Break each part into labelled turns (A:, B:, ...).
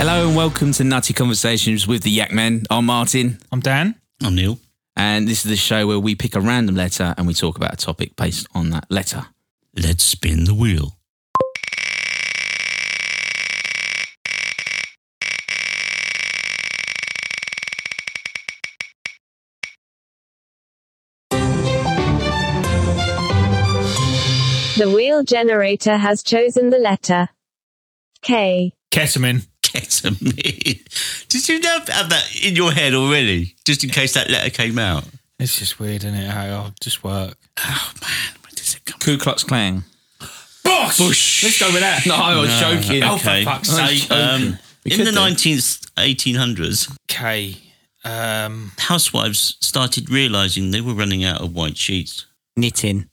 A: and welcome to Nutty Conversations with the Yak Men. I'm Martin,
B: I'm Dan.
C: I'm Neil.
A: and this is the show where we pick a random letter and we talk about a topic based on that letter.
C: Let's spin the wheel.
D: The wheel generator has chosen the letter K.
B: Ketamine.
C: Ketamine. Did you have, have that in your head already, just in case that letter came out?
B: It's just weird, isn't it? How it just work.
C: Oh man, when does it come?
A: Ku Klux Klan.
B: Bosh! Let's go with that.
A: No, I was joking.
B: Oh, for fuck's sake.
C: Um,
A: We
C: in
A: could
C: the
A: do.
C: nineteenth, eighteen hundreds,
B: K. Um,
C: housewives started realizing they were running out of white sheets.
A: Knitting.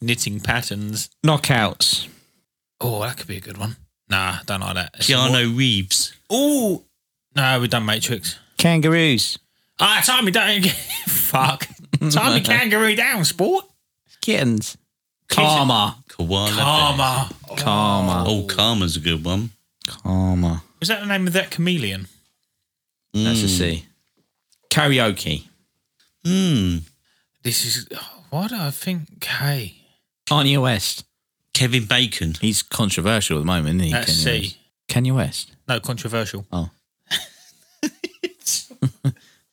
B: knitting patterns.
A: Knockouts.
B: Oh, that could be a good one. Nah, don't like that. It's more-
C: Keanu Reeves.
B: Oh, no, we've done Matrix.
A: Kangaroos.
B: Ah, tie me down. Fuck. Tie me kangaroo down, sport.
A: Kittens. Karma.
C: Koala. bear.
B: Karma.
A: Karma.
C: Oh, Karma's a good one.
A: Karma.
B: Was that the name of that chameleon?
A: That's a C.
C: Mm.
A: Karaoke.
C: Hmm.
B: This is. oh, Why do I think K?
A: Kanye West.
C: Kevin Bacon.
A: He's controversial at the moment, isn't he?
B: That's
A: Kanye West?
B: C.
A: Kanye West.
B: No, controversial.
A: Oh.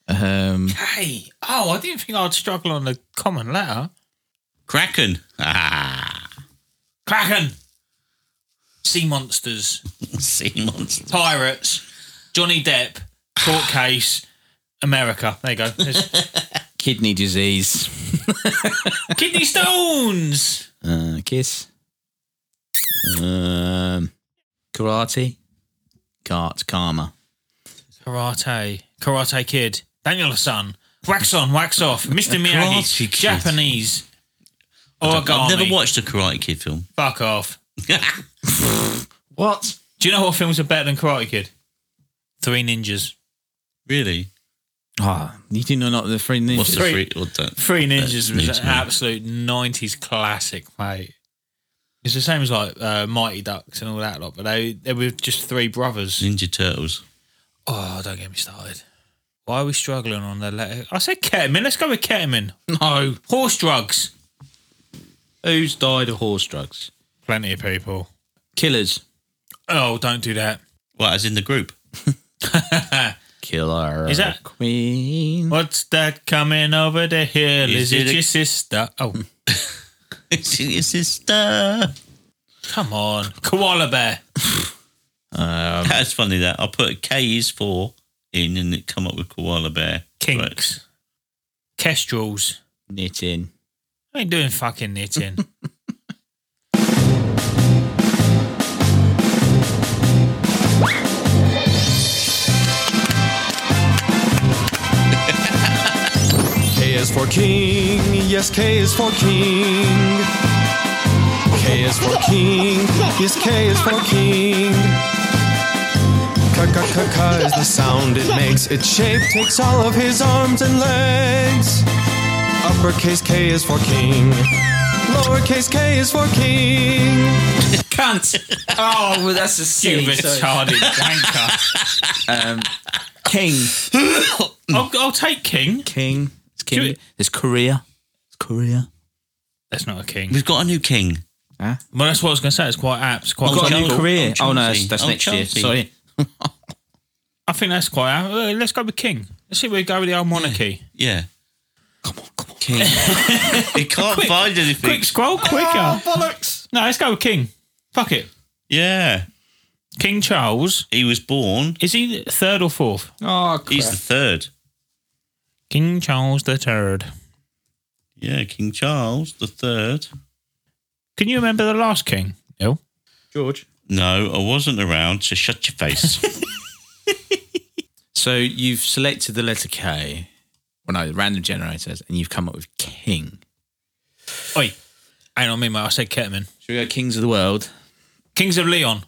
A: um,
B: K. Oh, I didn't think I'd struggle on the common letter.
C: Kraken. Ah,
B: Kraken. Sea monsters.
C: sea monster.
B: Pirates. Johnny Depp. Court case. America. There you go. There's-
A: kidney disease.
B: Kidney stones.
A: Uh, kiss. Um, karate. Cart. Karma.
B: Karate. Karate Kid. Daniel Son. Wax on, wax off. Mr.
C: Karate
B: Miyagi.
C: Kid.
B: Japanese.
C: I've
B: Origami.
C: never watched a Karate Kid film.
B: Fuck off.
A: What?
B: Do you know what films are better than Karate Kid? Three Ninjas.
C: really?
A: Ah, you do know not the three ninjas.
C: What's the
B: Three-
C: free? What the,
B: Three Ninjas was
C: Ninja.
B: an absolute nineties classic, mate. It's the same as like uh, Mighty Ducks and all that lot, but they they were just three brothers.
C: Ninja Turtles.
B: Oh, don't get me started. Why are we struggling on the letter? I said ketamine. Let's go with ketamine.
A: No.
B: Horse drugs.
A: Who's died of horse drugs?
B: Plenty of people.
A: Killers.
B: Oh, don't do that.
C: Well, as in the group.
A: Killer.
B: Is that-
A: queen?
B: What's that coming over the hill?
C: Is
B: Is, it,
C: it a-
B: your sister? Oh,
C: It's his sister.
B: come on, koala bear.
C: That's funny. That I put K is four in, and it come up with koala bear. Right.
B: Kinks. Kestrels.
A: Knitting.
B: I ain't doing fucking knitting.
E: K is for king, yes, K is for king. K is for king, yes, K is for king. K-k-k-k is the sound it makes. Its shape takes all of his arms and legs. Uppercase K is for king. Lowercase k is for king.
A: Cunt. oh, well, that's a
B: you
A: silly.
B: retarded wanker.
A: Um, king.
B: I'll, I'll take king.
A: King. It's king.
B: Do it.
A: There's Korea. It's Korea.
B: That's not a king.
C: We've got a new king.
A: Huh?
B: Well, that's what I was going to say. It's quite apt. It's quite.
C: I've got
A: Got a
C: a
A: new
C: new-
A: career.
C: oh,
A: Oh, no, that's,
C: Chelsea.
A: that's
C: Oh,
A: next
C: Chelsea.
A: year. Sorry.
B: I think that's quite apt. Uh, Let's go with king. Let's see where we go with the old monarchy.
C: Yeah. Come on, come on. King. it can't find anything.
B: Quick scroll, quicker. bollocks. No, let's go with king. Fuck it.
C: Yeah.
B: King Charles.
C: He was born.
B: Is he third or fourth?
A: Oh,
C: He's the third.
B: King Charles the third.
C: Yeah, King Charles the third.
B: Can you remember the last king? No.
A: George.
C: No, I wasn't around. So shut your face.
A: So you've selected the letter K, well, no, random generators, and you've come up with king.
B: Oi. Hang on, me mate. I said ketamine.
A: Should we go kings of the world?
B: Kings of Leon.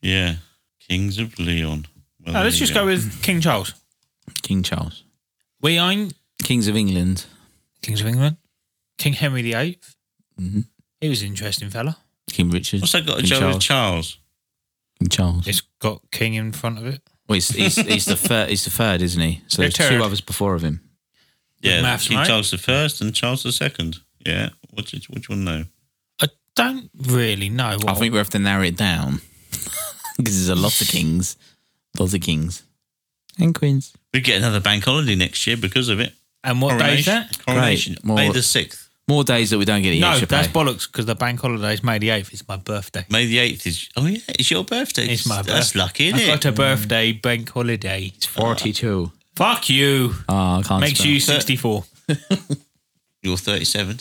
C: yeah. Kings of Leon. Well,
B: No, Oh, let's
C: there
B: just
C: you
B: go with King Charles.
A: King Charles.
B: We ain't
A: Kings of England.
B: Kings of England. Mm-hmm. King Henry the 8th He was an interesting fella.
A: King Richard.
C: What's that got to
A: King
C: do with
A: Charles.
C: Charles?
A: Charles.
B: It's got king in front of it.
A: Well, he's, he's, he's the third. He's the third, isn't he? So
B: They're
A: there's two
B: third.
A: others before of him.
C: Yeah,
B: maths,
C: King
B: mate.
C: Charles the First and Charles the Second. Yeah, which is- which one now?
B: I don't really know. What
A: I think we have to narrow it down because there's a lot of kings, lots of kings and queens.
C: We get another bank holiday next year because of it.
B: and what day is that?
C: Coronation.
A: Great. More-
C: May the sixth.
A: More days that we don't get the
B: No,
A: extra
B: that's
A: pay.
B: bollocks because the bank holiday is May the eighth. It's my birthday.
C: May the eighth is. Oh yeah, it's your birthday.
B: It's my birthday.
C: That's lucky, isn't
B: I've
C: it?
B: got a birthday bank holiday.
A: Forty-two.
B: Fuck you.
A: Ah, I can't.
B: Makes
A: spell.
B: you sixty four.
C: You're thirty-seven.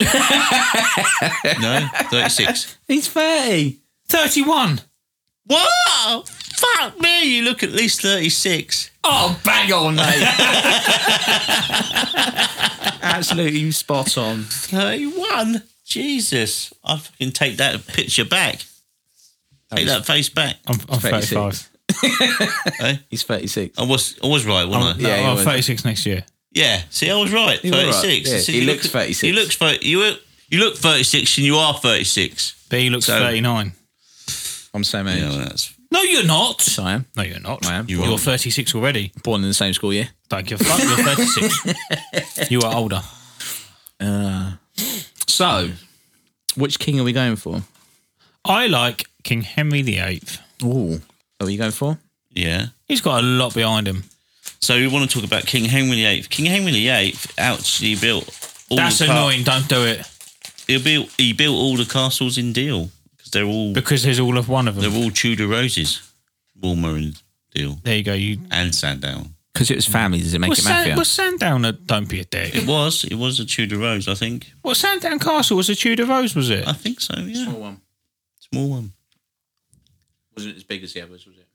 C: no, thirty-six.
A: He's thirty.
B: Thirty one.
C: Whoa! Fuck me! You look at least thirty-six.
A: Oh, bang on, mate. Absolutely spot on.
C: Thirty-one. Jesus! I fucking take that picture back. Take that face back.
B: I'm, I'm thirty
A: 36.
B: five.
C: eh?
A: He's thirty-six.
C: I was I was right, wasn't I?
A: Yeah, he
B: I'm
A: was.
B: thirty six next year.
C: Yeah. See, I was right.
A: Um, were right,
C: Thirty six.
A: yeah. He looks 36.
C: He looks thirty. You look- you look thirty six, and you are thirty six.
B: But he looks
C: So-
B: thirty nine.
A: I'm the same age.
C: Yeah, well, that's
B: No, you're not.
A: Yes, I am.
B: No, you're not.
A: I am.
B: You
C: are.
B: are 36 already.
A: Born in the same school year.
B: Don't give a fuck. You're 36. you are older.
A: So, Um, which king are we going for?
B: I like King Henry VIII.
A: Ooh, are we going for?
C: yeah.
B: He's got a lot behind him.
C: So we want to talk about King Henry VIII. King Henry VIII actually built. All
B: That's
C: the ca-
B: annoying. Don't do it
C: He built he built all the castles in Deal because they're all
B: because there's all of one of
C: they're
B: them.
C: all Tudor roses, Woolmer and Deal
B: There you go. You.
C: and Sandown.
A: Because it was family. Does it make
B: What's,
A: it mafia?
B: Sand, what's Sandown? At, don't be a dick.
C: It was it was a Tudor rose, I think.
B: What Sandown Castle was a Tudor rose, was it?
C: I think so. Yeah,
A: one
C: small one.
A: wasn't as big as the others, was it?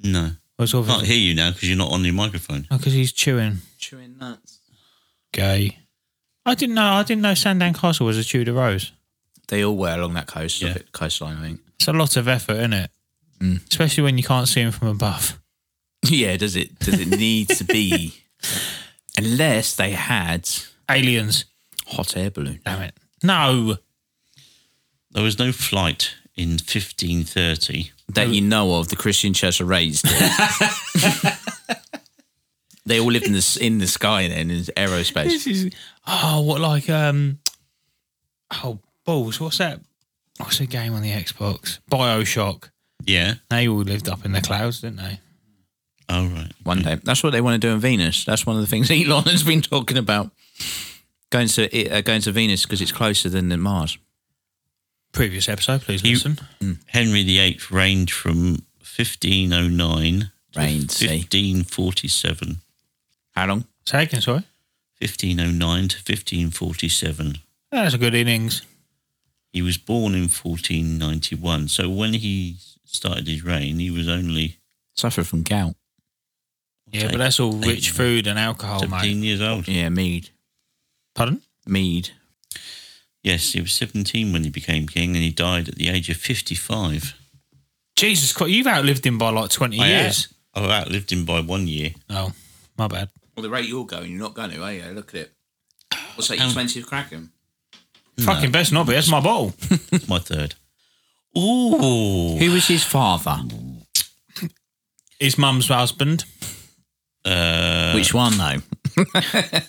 C: No,
B: Was
C: I can't
B: obviously
C: hear you now because you're not on your microphone.
B: because Oh, he's chewing.
A: Chewing nuts.
B: Gay. I didn't know. I didn't know Sandown Castle was a Tudor rose.
A: They all were along that coast
C: Yeah.
A: coastline, I think.
B: It's a lot of effort, isn't it?
C: Mm.
B: Especially when you can't see him from above.
A: yeah, does it? Does it need to be? Unless they had
B: Aliens.
A: hot air balloon.
B: Damn it. No.
C: There was no flight in 1530.
A: that you know of, the Christian Church are raised. they all lived in the s- in the sky then in aerospace.
B: This is oh, what like um, oh balls. What's that? What's the game on the Xbox? Bioshock.
C: Yeah.
B: They all lived up in the clouds, didn't they?
C: All right.
A: One day, that's what they want to do on Venus. That's one of the things Elon has been talking about going to I- uh, going to Venus because it's closer than the Mars.
B: Previous episode, please
C: You-
B: listen.
C: Henry VIII reigned from 1509
A: Rain,
C: to
A: see
C: 1547.
A: how long?
B: Say again, sorry.
C: 1509 to 1547.
B: That's a good innings.
C: He was born in 1491. So when he started his reign, he was only
A: Suffer from gout.
B: Yeah,
C: Okay.
B: but that's all rich food and alcohol, mate.
C: 17 years old.
A: Yeah, mead,
B: Pardon?
A: mead.
C: Yes, he was 17 when he became king and he died at the age of 55.
B: Jesus Christ, you've outlived him by like twenty
C: I
B: years.
C: out- I outlived Oh, him by one year.
B: Oh, my bad.
A: Well, the rate you're going, you're not going to, are you? Look at it. What's that?
C: your Um,
A: twentieth Kraken.
B: Fucking best not be. That's my ball.
C: It's my third. Ooh.
A: Who was his father?
B: His mum's husband.
C: Uh,
A: Which one though?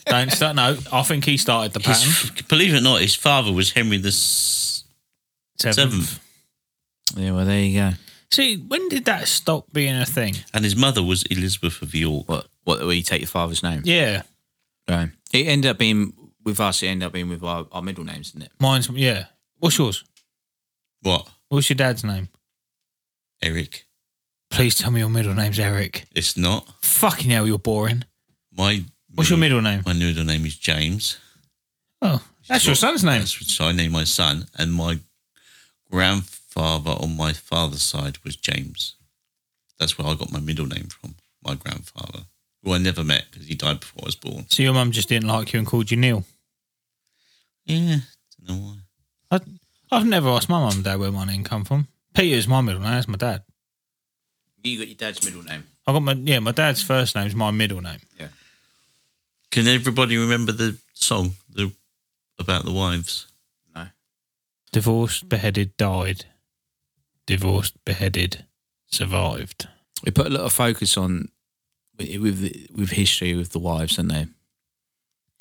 B: Don't start. No, I think he started the pattern.
C: his, believe it or not, his father was Henry the s- Seventh.
A: Yeah, well, there you go.
B: See, when did that stop being a thing?
C: and his mother was Elizabeth of York.
A: What? What? Where you take your father's name?
B: Yeah.
A: Right. It ended up being with us. It ended up being with our, our middle names, didn't it?
B: Mine's yeah. What's yours?
C: What?
B: What's your dad's name?
C: Eric.
B: Please tell me your middle name's Eric.
C: It's not.
B: Fucking hell, you're boring.
C: My
B: What's
C: Mm.
B: your middle name?
C: My middle name is James.
B: Oh, that's your son's name.
C: That's which I named my son, and my grandfather on my father's side was James. That's where I got my middle name from. My grandfather, who I never met because he died before I was born.
B: So your mum just didn't like you and called you Neil.
C: Yeah, don't know why.
B: I, I've never asked my mum and dad where my name come from. Peter's my middle name. That's my dad.
A: You got your dad's middle name.
B: I got my yeah. My dad's first name's my middle name.
C: Can everybody remember the song the, about the wives?
A: No.
B: Divorced, beheaded, died. Divorced, beheaded, survived.
A: We put a lot of focus on with with, with history with the wives, didn't they?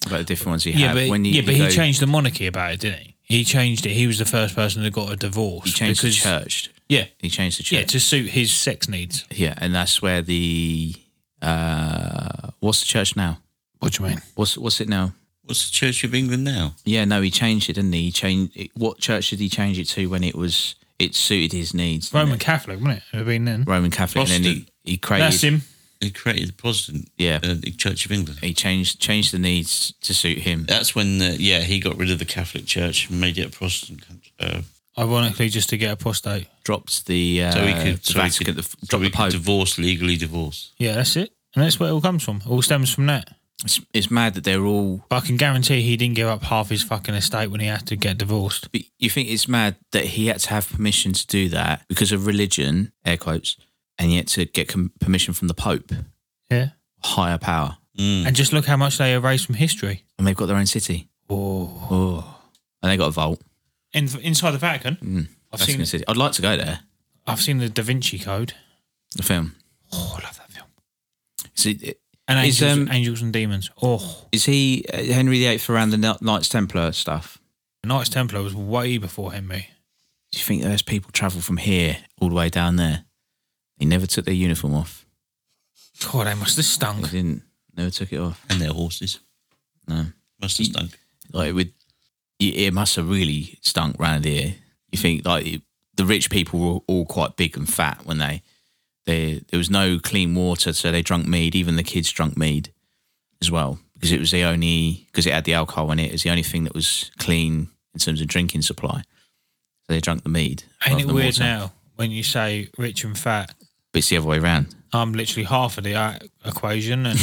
A: About the different ones he
B: Yeah,
A: had.
B: but,
A: when you,
B: yeah, but
A: you
B: he
A: go-
B: changed the monarchy about it, didn't he? He changed it. He was the first person that got a divorce.
A: He changed
B: because,
A: the church.
B: Yeah,
A: He changed the church.
B: yeah, to suit his sex needs.
A: Yeah, and that's where the uh, what's the church now?
B: What do you mean?
A: What's what's it now?
C: What's the Church of England now?
A: Yeah, no, he changed it, didn't he? he changed it, what church did he change it to when it was it suited his needs? didn't
B: Roman
A: it?
B: Catholic, wasn't it? It would have been then.
A: Roman Catholic, and then
C: Protestant.
A: he, he
B: That's
A: created
B: him.
C: They created the Protestant
A: Yeah.
C: uh, the Church of England.
A: he changed changed the needs to suit him.
C: That's when, uh, yeah, he got rid of the Catholic Church and made it a Protestant country. Uh,
B: Ironically, just to get a prostate.
A: Dropped the uh,
C: so he could,
A: the
C: so he
A: Vatican,
C: could-
A: the,
C: so
A: dropped
C: he
A: the
C: could
A: Pope.
C: divorce legally, divorce.
B: Yeah, that's it. And that's where it all comes from. It all stems from that.
A: It's, it's mad that they're all.
B: But I can guarantee he didn't give up half his fucking estate when he had to get divorced.
A: but You think it's mad that he had to have permission to do that because of religion, air quotes, and he had to get com- permission from the Pope,
B: Yeah.
A: higher power,
B: And just look how much they erased from history.
A: and they've got their own city.
B: Oh.
A: Oh, and they got a vault.
B: In, inside the Vatican,
A: Hmm.
B: I've
A: That's a
B: seen
A: good city. I'd like to go there.
B: I've seen the Da Vinci Code.
A: The film.
B: Oh, I love that film.
A: See, it-
B: And
A: Is,
B: Angels,
A: um,
B: Angels and Demons. Oh,
A: Is he uh, Henry VIII around the Kn- Knights Templar stuff?
B: Knights Templar was way before Henry.
A: Do you think those people travel from here all the way down there? They never took their uniform off.
B: God, they must have
A: They
B: stunk.
A: didn't. Never took it off.
C: And their horses.
A: No.
C: Must have stunk.
A: Like it would. It it must have really stunk round here. You
B: Mm.
A: think like it- the rich people were all quite big and fat when they they there was no clean water, so they drank mead. Even the kids drank mead as well because it was the only because it had the alcohol in it. It was the only thing that was clean in terms of drinking supply. So they drank the mead.
B: Ain't
A: rather
B: it
A: than
B: weird
A: water.
B: now when you say rich and fat?
A: But it's the other way around.
B: I'm literally half of the uh, equation and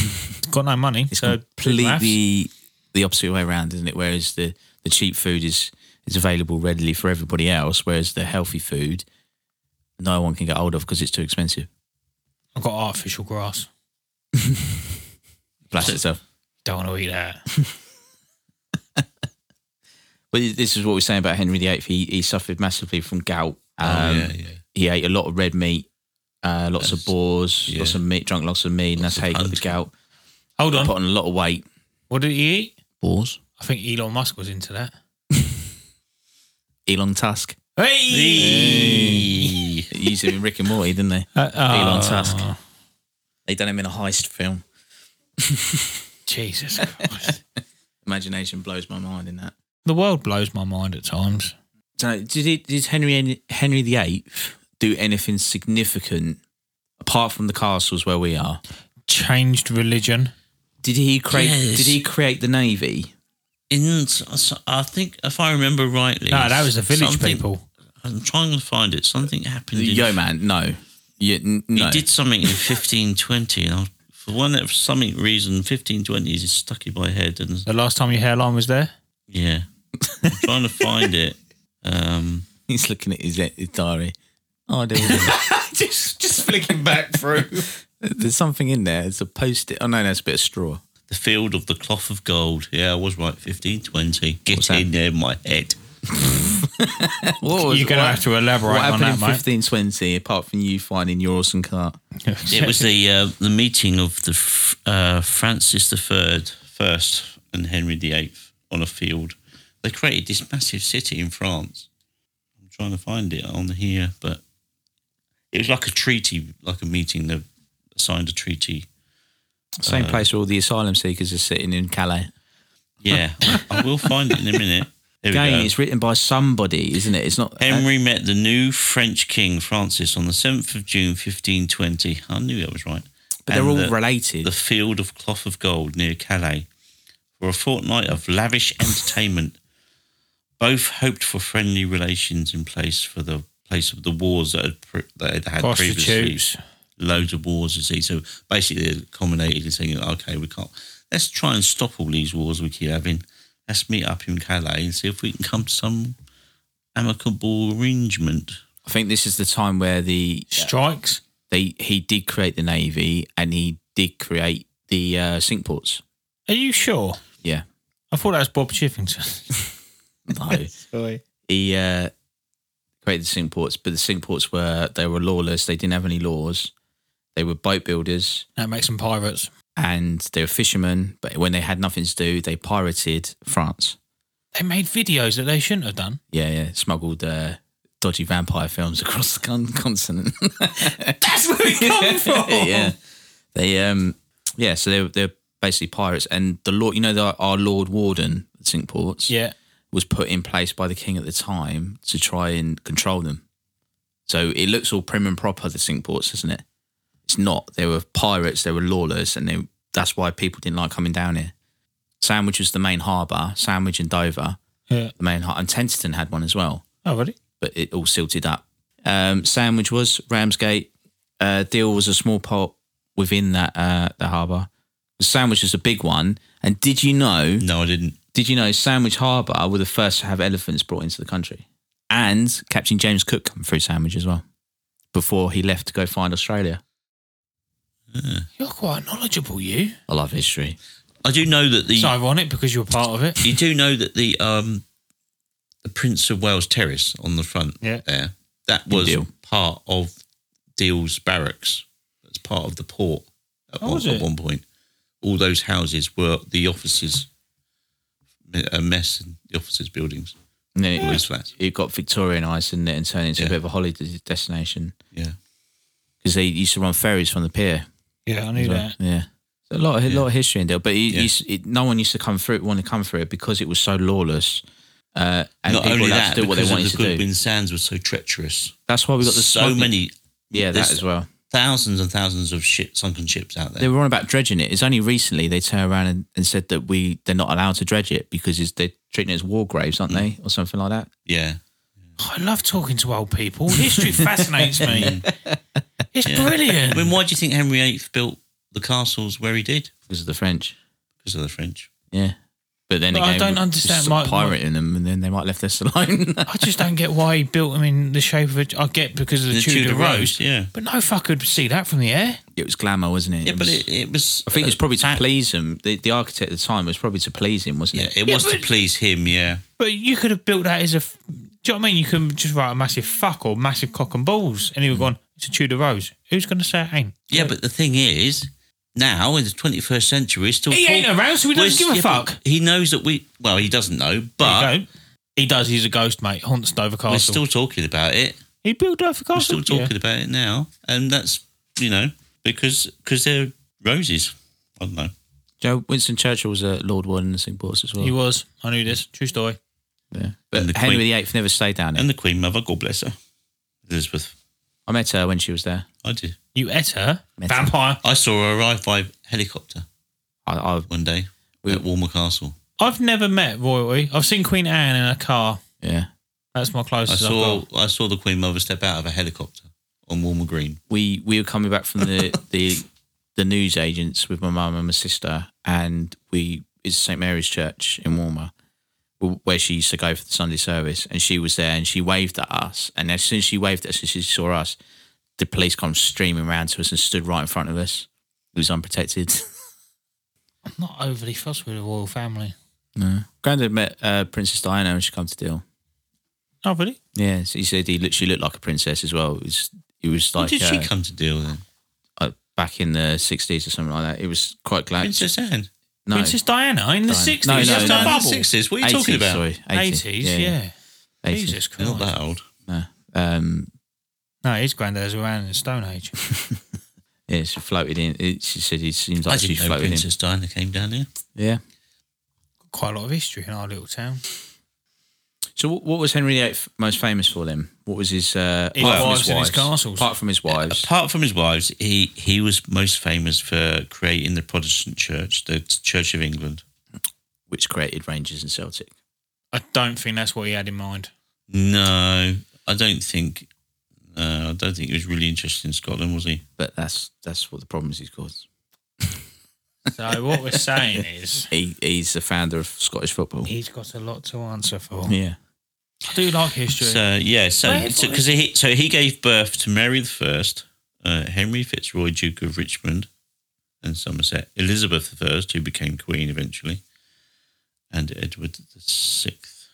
B: got no money.
A: It's
B: so maths.
A: completely the opposite way around, isn't it? Whereas the, the cheap food is is available readily for everybody else, whereas the healthy food no one can get hold of because it's too expensive.
B: I've got artificial grass.
A: Bless itself.
B: Don't want to eat that.
A: But this is what we're saying about Henry VIII. He, he suffered massively from gout.
C: oh,
A: Um,
C: yeah, yeah.
A: He ate a lot of red meat, uh, lots of
C: That's-
A: boars,
C: yeah.
A: lots of meat, drunk lots of meat, and
C: Lots
A: that's how he
C: of
A: got the
C: hunting.
A: gout.
B: Hold
A: Put
B: on.
A: on a lot of weight.
B: What did he eat?
A: Boars?
B: I think Elon Musk was into that.
A: Elon Tusk.
B: Hey!
A: They used him in Rick and Morty, didn't they?
B: Uh, oh,
A: Elon Tusk. They done him in a heist film.
B: Jesus Christ.
A: Imagination blows my mind in that.
B: the world blows my mind at times.
A: So did it, did Henry Henry VIII do anything significant apart from the castles where we are?
B: Changed religion.
A: Did he create?
C: Yes.
A: Did he create the navy?
C: In, so- so- I think, if I remember rightly,
B: No, that was the village
C: something-
B: people.
C: I'm trying to find it. Something happened. in-
A: Yo, man, no, yeah, n-
C: he
A: no.
C: did something in 1520. And I, for one, for some reason, 1520 is stuck in my head. And
B: The last time your hairline was there?
C: yeah, I'm trying to find it. Um,
A: He's looking at his, his diary. Oh, there
B: just just flicking back through.
A: there's something in there. It's a post-it. Oh no, no, it's a bit of straw.
C: the field of the cloth of gold. Yeah, I was right. 1520. Get
A: What's that?
C: in there, in my head.
A: What was-
B: You're going to
A: what-
B: have to elaborate
A: What
B: on
A: happened
B: that,
A: in
B: mate.
A: 1520? Apart from you finding your awesome cart,
C: It was the uh, the meeting of the f- uh, Francis III first and Henry VIII on a field. They created this massive city in France. I'm trying to find it on here, but it was like a treaty, like a meeting. They signed a treaty.
A: same place where all the asylum seekers are sitting in Calais.
C: Yeah, I will find it in a minute. Here we
A: Again,
C: go.
A: it's written by somebody, isn't it? It's not
C: Henry met the new French king Francis on the 7th of June 1520. I knew that was right.
A: But they're
C: And
A: all
C: the-
A: related.
C: the field of cloth of gold near Calais for a fortnight of lavish entertainment. Both hoped for friendly relations in place for the place of the wars that had, pre- that had had previously.
B: Prostitutes.
C: Loads of wars, you see. So basically, they culminated in saying, okay, we can't, let's try and stop all these wars we keep having. Let's meet up in Calais and see if we can come to some amicable arrangement.
A: I think this is the time where the uh,
B: Strikes.
A: they he did create the navy and he did create the uh, sink ports.
B: Are you sure?
A: Yeah,
B: I thought that was Bob Chiffington.
A: no, he uh, created the sink ports, but the sink ports were they were lawless. They didn't have any laws. They were boat builders
B: That makes them pirates.
A: and they were fishermen. But when they had nothing to do, they pirated France.
B: They made videos that they shouldn't have done.
A: Yeah, yeah, smuggled uh, dodgy vampire films across the con- continent.
B: That's where we come from.
A: yeah, they um, yeah. So they were- they're basically pirates, and the law. You know, the, our Lord Warden at St Ports.
B: Yeah.
A: was put in place by the king at the time to try and control them. So it looks all prim and proper, the sink ports, doesn't it? It's not. They were pirates, they were lawless, and they, that's why people didn't like coming down here. Sandwich was the main harbour, Sandwich and Dover,
B: Yeah.
A: the main harbour, and Tenterton had one as well,
B: Oh, really?
A: but it all silted up. Um, Sandwich was Ramsgate. Uh, Deal was a small part within that uh, the harbour. Sandwich was a big one. And did you know
C: No, I didn't.
A: did you know Sandwich Harbour were the first to have elephants brought into the country? And Captain James Cook come through Sandwich as well before he left to go find Australia.
B: You're quite knowledgeable, you.
A: I love history.
C: I do know that the
B: It's ironic because you were part of it.
C: you do know that the um the Prince of Wales Terrace on the front
B: Yeah.
C: there that was
A: Deal.
C: part of Deal's barracks. That's part of the port at,
B: Oh,
C: one,
B: was
C: at
B: it?
C: one point. All those houses were the offices, a mess and the offices buildings.
A: And then it,
C: Always
A: was,
C: flats.
A: it got Victorianised didn't it, and turned into
C: Yeah.
A: a bit of a holiday destination
C: Yeah.
A: because they used to run ferries from the pier.
B: Yeah, I knew
A: as well.
B: that.
A: Yeah. So a lot, of, a lot of history in there, but it,
C: Yeah.
A: used- it, no one used to come through, want to come through it because it was so lawless. Uh, and
C: Not
A: people
C: only
A: allowed
C: that,
A: to do what they
C: because
A: wanted
C: of
A: to
C: the
A: do.
C: Goodwin Sands was so treacherous.
A: That's why we got the
C: so
A: smuggling-
C: many,
A: Yeah, that
C: there's
A: as well.
C: thousands and thousands of ship, sunken ships out
A: they
C: there.
A: were on about dredging it. It's only recently they turned around and, and said that we they're not allowed to dredge it because it's, they're treating it as war graves,
C: Hmm.
A: aren't they, or something like that?
C: Yeah.
B: I love talking to old people. History fascinates me. It's brilliant.
C: I mean, why do you think Henry VIII built the castles where he did?
A: Because of the French.
C: Because of the French.
A: Yeah, but then
B: But I
A: again,
B: don't
A: we- we
B: understand
A: stop
B: my- my-
A: pirating them, and then they might left us alone.
B: I just don't get why he built them in the shape of a. I get because of the, Tudor, Rose,
C: yeah.
B: but no fucker would see that from the air.
A: it was glamour, wasn't it?
C: Yeah, but it,
A: was-
C: it was.
A: I think it's
C: uh,
A: probably to please him. The, the architect at the time was probably to please him, wasn't
C: Yeah,
A: it?
C: it
B: Yeah,
C: was to
B: but-
C: please him. Yeah,
B: But you could have built that as a. f- Do you know what I mean? You can just write a massive fuck or massive cock and balls, and he would have gone. It's a Tudor Rose. Who's going to say it ain't?
C: Mm. yeah. But the thing is, now in the 21st century, we're still
B: He ain't around, so he
C: we're
B: doesn't give a
C: still-
B: fuck.
C: He knows that we. Well, he doesn't know,
B: There you
C: but
B: go. he does. He's a ghost, mate. Haunts Dover Castle.
C: we're still talking about it.
B: he built Dover
C: We're
B: Castle.
C: still talking about it now, and that's you know because because they're roses. I don't know.
A: Joe Winston Churchill was a Lord Warden of St Paul's as well.
B: Yeah. He was. I knew this. True story.
A: yeah. But
C: And the
A: Henry
C: Queen.
A: VIII never stayed down there.
C: And the Queen Mother, God bless her, Elizabeth.
A: I met her when she was there.
C: I did.
B: You et her.
A: Met her.
B: Vampire.
C: I saw her arrive by helicopter
A: I, I
C: one day
A: We-
C: at Walmer Castle.
B: I've never met royalty. I've seen Queen Anne in a car.
A: yeah.
B: That's my
C: I
B: closest.
C: saw
B: I've got.
C: I saw the Queen Mother step out of a helicopter on Walmer Green.
A: we we were coming back from the the, the news agents with my mum and my sister, and we it's St Mary's Church in Walmer, wh- where she used to go for the Sunday service, and she was there, and she waved at us, and as soon as she waved at us, as she saw us, the police come streaming round to us and stood right in front of us. It was unprotected.
B: I'm not overly fussed with the royal family.
A: No. Grandad met uh, Princess Diana when she come to deal.
B: Oh, really?
A: Yeah, so he said he looked, she looked like a princess as well. It was it was
C: When
A: like
C: did she
A: uh,
C: come to deal then?
A: uh, back in the sixties or something like that. It was quite glad.
C: Princess Anne.
A: no,
B: Princess Diana in the
A: Diana.
B: 60s.
A: No,
B: No,
A: no,
B: just
A: no.
B: a
A: Diana
B: bubble.
C: 60s. What are you talking
A: 80s,
C: about?
A: Sorry,
B: 80s,
A: 80s,
B: yeah.
A: 80s.
B: Jesus
C: They're
B: Christ.
C: not that old.
A: No. Um,
B: No, his granddad's around in the Stone Age.
A: yeah, she floated in. It, she said it seems like
C: I
A: she
C: didn't know
A: floated
C: Princess Diana came down here.
A: in. Yeah.
B: Quite a lot of history in our little town.
A: So what, what was Henry VIII most famous for then? What was his... Uh,
B: His
A: apart from
B: wives and his castles.
A: Apart from his wives.
C: Apart from his wives, he, he was most famous for creating the Protestant Church, the Church of England.
A: which created Rangers and Celtic.
B: I don't think that's what he had in mind.
C: No, I don't think. No, I don't think he was really interested in Scotland, was he?
A: But that's that's what the problem is he's caused.
B: So what we're saying is
A: He, he's the founder of Scottish football.
B: he's got a lot to answer for.
A: Yeah.
B: I do like history.
C: So yeah, so
B: Where-
C: because he so he gave birth to Mary the First, uh, Henry Fitzroy, Duke of Richmond and Somerset, Elizabeth the First, who became Queen eventually, and Edward the Sixth.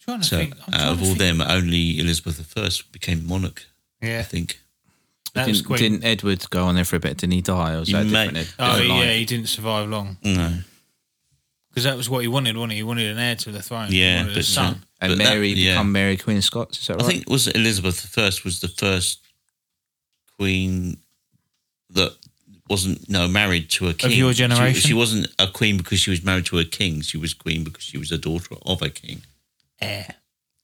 B: trying to
C: So
B: think. I'm
C: out
B: trying
C: of
B: to
C: all
B: think.
C: them, only Elizabeth I became monarch. I
B: yeah,
C: think
B: that was
A: Didn't,
B: Queen.
A: didn't Edward go on there for a bit? Didn't he die? Or was
C: He
A: that a
C: may-
A: different Ed-
B: oh
A: different
B: yeah,
A: line?
B: he didn't survive long
C: no,
B: because that was what he wanted, wasn't he? He wanted an heir to the throne. He
C: yeah,
B: wanted a
C: but
B: son.
A: And
C: but that-
A: Mary
C: yeah.
A: become Mary Queen of Scots. Is that
C: I
A: right?
C: think it was Elizabeth I was the first queen that wasn't no married to a king
B: your
C: She-
B: generation?
C: She, wasn't a queen because she was married to a king. She was queen because she was a daughter of a king.
B: Heir,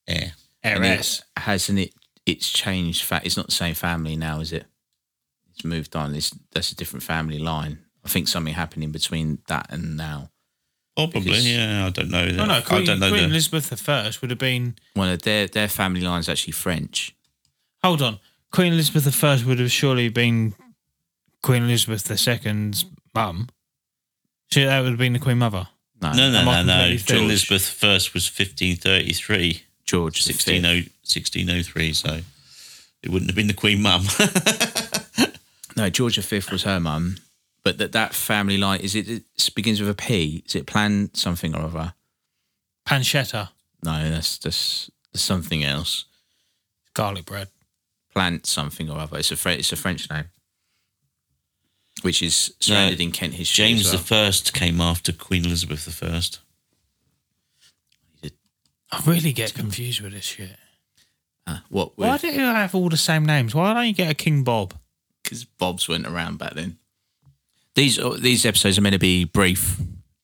C: Heir.
A: And it-
B: heiress.
A: hasn't it? It's changed. Fa- it's not the same family now, is it? It's moved on. It's that's a different family line. I think something happened in between that and now.
C: Probably,
A: Because-
C: yeah. I don't know.
B: Oh no, Queen,
C: I don't know.
B: Queen
C: the,
B: Elizabeth the First would have been.
A: One of their their family line's actually French.
B: Hold on, Queen Elizabeth the First would have surely been Queen Elizabeth the Second's mum. She that would have been the Queen Mother.
A: No,
C: no, no,
B: Am
C: no, no.
B: I completely
C: John
B: finished?
C: Elizabeth I was 1533,
A: George the
C: 1600
A: Fifth.
C: 1603, so it wouldn't have been the queen mum.
A: No, George the Fifth was her mum. But that that family line is it, it begins with a P. Is it plan something or other?
B: Pancetta,
A: No, that's that's something else.
B: garlic bread.
A: Plant something or other. It's a Fre- it's a French name, which is surrounded in Kent history.
C: James
A: as well.
C: the First came after Queen Elizabeth the First.
B: I really get confused with this shit.
A: Uh, what?
B: Why
A: With,
B: do you have all the same names? Why don't you get a King Bob?
A: because Bob's weren't around back then. These oh, these episodes are meant to be brief.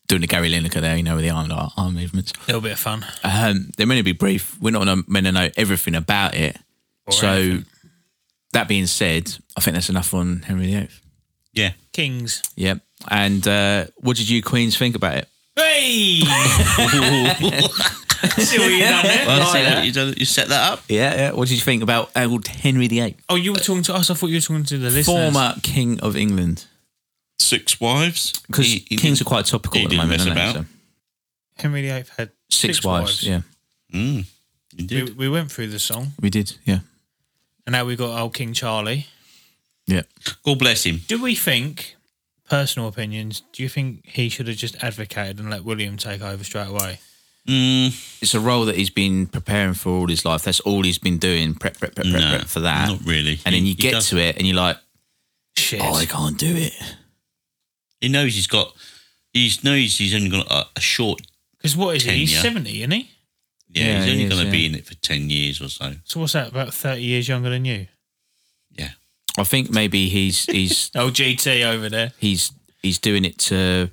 A: Doing the Gary Lineker there, you know, with the arm, arm movements.
B: A little bit of fun.
A: Um, they're meant to be brief. We're not gonna- meant to know everything about it. so,
B: anything.
A: that being said, I think that's enough on Henry VIII.
C: Yeah.
B: Kings.
A: Yep. And uh, what did you Queens think about it?
B: Hey! See what you done there?
C: Well,
B: Like
C: see
B: that.
C: that, you, done- you set that up.
A: Yeah, yeah. What did you think about old Henry VIII,
B: Oh, you were talking to us. I thought you were talking to the listeners.
A: former King of England?
C: Six wives.
A: Because
C: He- he
A: kings
C: did-
A: are quite topical
C: he
A: at the
C: didn't
A: moment,
C: mess
A: aren't they?
C: about.
A: So,
B: Henry VIII had
A: six, wives. Yeah,
C: Mm, he
B: We,
C: did.
B: we went through the song,
A: we did. Yeah,
B: and now we've got old King Charlie.
A: yeah.
C: God bless him.
B: Do we think, personal opinions, do you think he should have just advocated and let William take over straight away?
C: Mm,
A: it's a role that he's been preparing for all his life. That's all he's been doing, prep, prep, prep, prep,
C: no,
A: prep for that.
C: Not really.
A: And then
C: He- he
A: you get
C: does-
A: to it, and you're like,
B: Shit.
A: "Oh, I can't do it."
C: He knows he's got. He knows he's only got a, a short.
B: Because what is he? He's
C: Tenure.
B: 70, isn't he?
C: Yeah,
A: Yeah,
C: he's
A: he
C: only
A: is,
C: going to
A: yeah.
C: be in it for ten years or so.
B: So what's that, about 30 years younger than you?
C: Yeah.
A: I think maybe he's he's
B: Oh, GT over there.
A: he's he's doing it to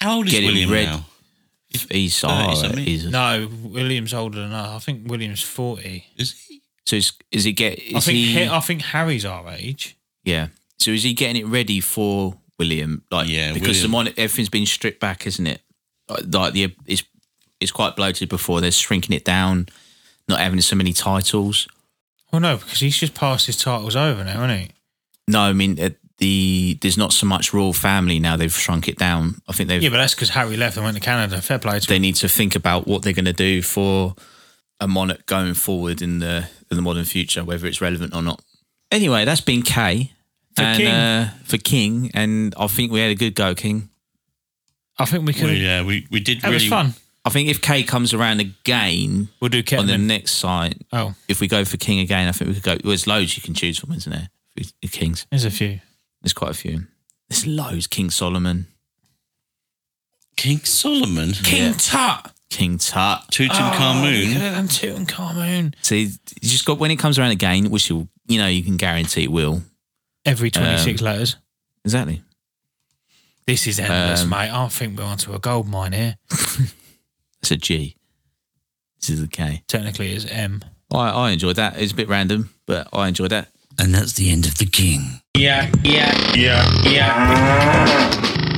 C: How old is
A: Get him
C: William
A: red.
C: now?
A: he's
C: thirty
A: oh,
C: something.
A: he's-
B: No, William's older than us. I think William's 40.
C: Is he?
A: so is, is it get is
B: I think
A: he,
B: he, I think Harry's our age.
A: yeah so is he getting it ready for William like
C: Yeah,
A: because the
C: William.
A: mon- everything's been stripped back isn't it like like the it's it's quite bloated before they're shrinking it down not having so many titles
B: Well, no, because he's just passed his titles over now, hasn't he?
A: No, I mean uh, the there's not so much royal family now. They've shrunk it down. I think they
B: Yeah,
A: have
B: but that's because Harry left and went to Canada. Fair play to
A: they
B: him.
A: need to think about what they're going to do for a monarch going forward in the in the modern future, whether it's relevant or not. Anyway, that's been K
B: For
A: and,
B: King.
A: Uh, for King, and I think we had a good go, King.
B: I think we
C: Well,
B: could.
C: yeah, we we did
B: That
C: really
B: was fun.
A: I think if K comes around again
B: We'll do
A: on the
B: Kettman.
A: next site,
B: Oh,
A: if we go for King again, I think we could go. well, there's loads you can choose from, isn't there? For Kings,
B: there's a few.
A: there's quite a few. There's loads. King Solomon,
C: King Solomon,
A: King Oh,
B: Tut.
A: King Tut.
C: Tutankhamun.
B: and Tutankhamun.
A: So you just got when it comes around again, which you you know you can guarantee it will.
B: Every
A: Um,
B: 26 letters.
A: Exactly.
B: This is endless,
A: um,
B: mate. I think we're onto a gold mine here.
A: It's a G. This is a K.
B: Technically, it's M.
A: I I enjoyed that. It's a bit random, but I enjoyed that.
C: and that's the end of the king.
F: Yeah, yeah, yeah, yeah.